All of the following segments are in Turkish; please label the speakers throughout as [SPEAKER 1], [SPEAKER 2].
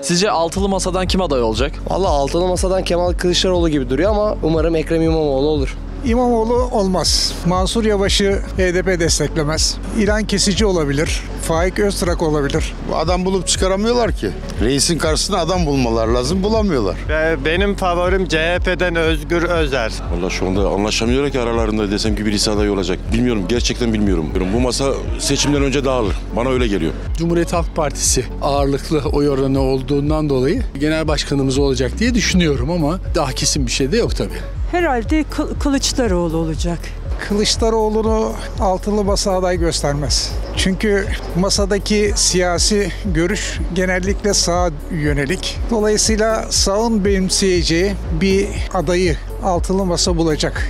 [SPEAKER 1] Sizce altılı masadan kim aday olacak?
[SPEAKER 2] Valla altılı masadan Kemal Kılıçdaroğlu gibi duruyor ama umarım Ekrem İmamoğlu olur.
[SPEAKER 3] İmamoğlu olmaz. Mansur Yavaş'ı HDP desteklemez. İlan kesici olabilir. Faik Öztrak olabilir.
[SPEAKER 4] Adam bulup çıkaramıyorlar ki. Reisin karşısına adam bulmalar lazım. Bulamıyorlar.
[SPEAKER 5] Ve Ee, Benim favorim CHP'den Özgür Özer.
[SPEAKER 6] Valla şu anda anlaşamıyorlar ki aralarında desem ki birisi aday olacak. Bilmiyorum gerçekten bilmiyorum. Bu masa seçimden önce dağılır. Bana öyle geliyor.
[SPEAKER 7] Cumhuriyet Halk Partisi ağırlıklı oy oranı olduğundan dolayı genel başkanımız olacak diye düşünüyorum ama daha kesin bir şey de yok tabii.
[SPEAKER 8] Herhalde Kı- Kılıçdaroğlu olacak.
[SPEAKER 3] Kılıçdaroğlu'nu altılı masa aday göstermez. Çünkü masadaki siyasi görüş genellikle sağa yönelik. Dolayısıyla sağın benimseyeceği bir adayı altılı masa bulacak.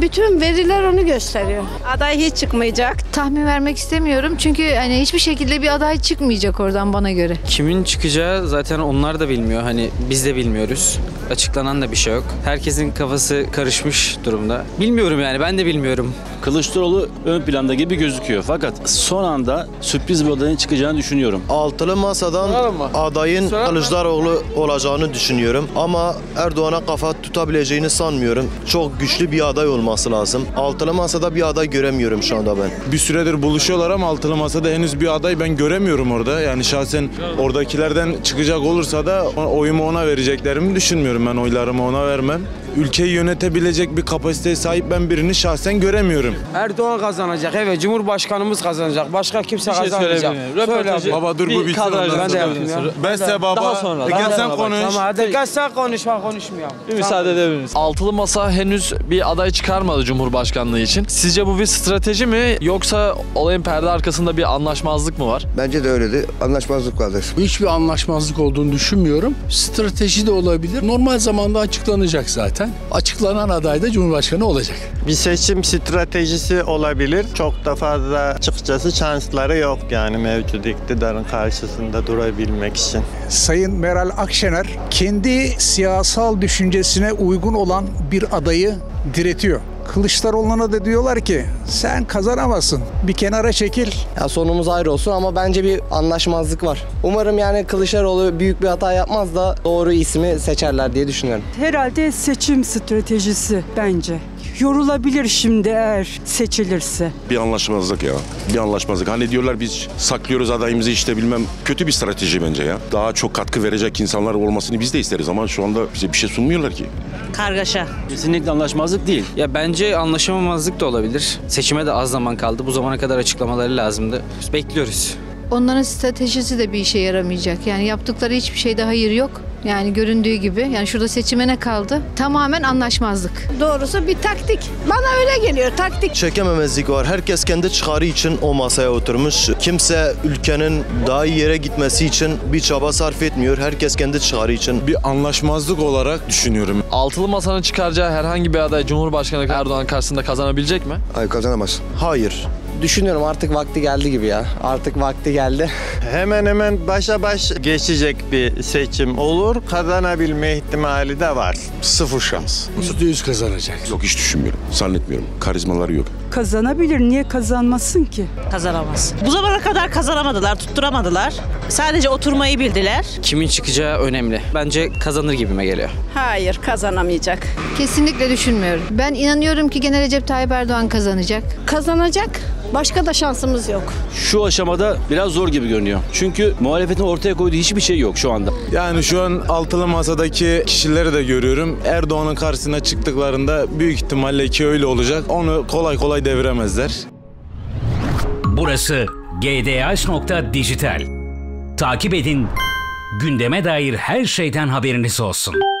[SPEAKER 9] Bütün veriler onu gösteriyor.
[SPEAKER 10] Aday hiç çıkmayacak.
[SPEAKER 9] Tahmin vermek istemiyorum çünkü hani hiçbir şekilde bir aday çıkmayacak oradan bana göre.
[SPEAKER 11] Kimin çıkacağı zaten onlar da bilmiyor. Hani biz de bilmiyoruz. Açıklanan da bir şey yok. Herkesin kafası karışmış durumda. Bilmiyorum yani ben de bilmiyorum.
[SPEAKER 7] Kılıçdaroğlu ön planda gibi gözüküyor fakat son anda sürpriz bir adayın çıkacağını düşünüyorum.
[SPEAKER 5] Altılı masadan adayın Kılıçdaroğlu olacağını düşünüyorum. Ama Erdoğan'a kafa tutabileceğini sanmıyorum. Çok güçlü bir aday olması lazım. Altılı masada bir aday göremiyorum şu anda ben.
[SPEAKER 6] Bir süredir buluşuyorlar ama altılı masada henüz bir aday ben göremiyorum orada. Yani şahsen oradakilerden çıkacak olursa da o- oyumu ona vereceklerimi düşünmüyorum ben oylarımı ona vermem. Ülkeyi yönetebilecek bir kapasiteye sahip ben birini şahsen göremiyorum.
[SPEAKER 7] Erdoğan kazanacak evet Cumhurbaşkanımız kazanacak başka kimse kazanamayacak.
[SPEAKER 6] Baba dur bu bitsin ondan
[SPEAKER 7] Ben de
[SPEAKER 6] sonra.
[SPEAKER 7] yapayım ya.
[SPEAKER 6] Ben size baba.
[SPEAKER 1] Daha sonra,
[SPEAKER 6] Gel
[SPEAKER 1] daha
[SPEAKER 6] sen
[SPEAKER 1] sonra
[SPEAKER 6] konuş.
[SPEAKER 7] Ama dikkat sen konuşma konuşmuyor.
[SPEAKER 1] Müsaade edebiliriz. Altılı masa henüz bir aday çıkarmadı Cumhurbaşkanlığı için. Sizce bu bir strateji mi yoksa olayın perde arkasında bir anlaşmazlık mı var?
[SPEAKER 2] Bence de öyledir. Anlaşmazlık vardır.
[SPEAKER 7] Hiçbir anlaşmazlık olduğunu düşünmüyorum. Strateji de olabilir. Normal zamanda açıklanacak zaten. Açıklanan aday da Cumhurbaşkanı olacak.
[SPEAKER 5] Bir seçim stratejisi olabilir. Çok da fazla açıkçası şansları yok yani mevcut iktidarın karşısında durabilmek için.
[SPEAKER 3] Sayın Meral Akşener kendi siyasal düşüncesine uygun olan bir adayı diretiyor. Kılıçdaroğlu'na da diyorlar ki sen kazanamazsın bir kenara çekil.
[SPEAKER 2] Ya sonumuz ayrı olsun ama bence bir anlaşmazlık var. Umarım yani Kılıçdaroğlu büyük bir hata yapmaz da doğru ismi seçerler diye düşünüyorum.
[SPEAKER 8] Herhalde seçim stratejisi bence. Yorulabilir şimdi eğer seçilirse.
[SPEAKER 6] Bir anlaşmazlık ya. Bir anlaşmazlık. Hani diyorlar biz saklıyoruz adayımızı işte bilmem. Kötü bir strateji bence ya. Daha çok katkı verecek insanlar olmasını biz de isteriz ama şu anda bize bir şey sunmuyorlar ki.
[SPEAKER 10] Kargaşa.
[SPEAKER 7] Kesinlikle anlaşmazlık değil.
[SPEAKER 11] Ya bence anlaşamamazlık da olabilir. Seçime de az zaman kaldı. Bu zamana kadar açıklamaları lazımdı. Biz bekliyoruz.
[SPEAKER 9] Onların stratejisi de bir işe yaramayacak. Yani yaptıkları hiçbir şeyde hayır yok. Yani göründüğü gibi. Yani şurada seçime ne kaldı? Tamamen anlaşmazlık.
[SPEAKER 10] Doğrusu bir taktik. Bana öyle geliyor taktik.
[SPEAKER 5] Çekememezlik var. Herkes kendi çıkarı için o masaya oturmuş. Kimse ülkenin daha iyi yere gitmesi için bir çaba sarf etmiyor. Herkes kendi çıkarı için.
[SPEAKER 6] Bir anlaşmazlık olarak düşünüyorum.
[SPEAKER 1] Altılı masanın çıkaracağı herhangi bir aday Cumhurbaşkanı Erdoğan karşısında kazanabilecek mi?
[SPEAKER 4] Ay kazanamaz.
[SPEAKER 5] Hayır.
[SPEAKER 2] Düşünüyorum artık vakti geldi gibi ya. Artık vakti geldi.
[SPEAKER 5] Hemen hemen başa baş geçecek bir seçim olur. Kazanabilme ihtimali de var.
[SPEAKER 4] Sıfır şans.
[SPEAKER 7] %100 kazanacak.
[SPEAKER 6] Yok hiç düşünmüyorum. Zannetmiyorum. Karizmaları yok.
[SPEAKER 8] Kazanabilir. Niye kazanmasın ki?
[SPEAKER 10] Kazanamaz. Bu zamana kadar kazanamadılar, tutturamadılar. Sadece oturmayı bildiler.
[SPEAKER 11] Kimin çıkacağı önemli. Bence kazanır gibime geliyor.
[SPEAKER 10] Hayır kazanamayacak.
[SPEAKER 9] Kesinlikle düşünmüyorum. Ben inanıyorum ki gene Recep Tayyip Erdoğan kazanacak.
[SPEAKER 10] Kazanacak. Başka da şansımız yok.
[SPEAKER 7] Şu aşamada biraz zor gibi görünüyor. Çünkü muhalefetin ortaya koyduğu hiçbir şey yok şu anda.
[SPEAKER 6] Yani şu an altılı masadaki kişileri de görüyorum. Erdoğan'ın karşısına çıktıklarında büyük ihtimalle ki öyle olacak. Onu kolay kolay deviremezler.
[SPEAKER 7] Burası gdh.dijital. Takip edin. Gündeme dair her şeyden haberiniz olsun.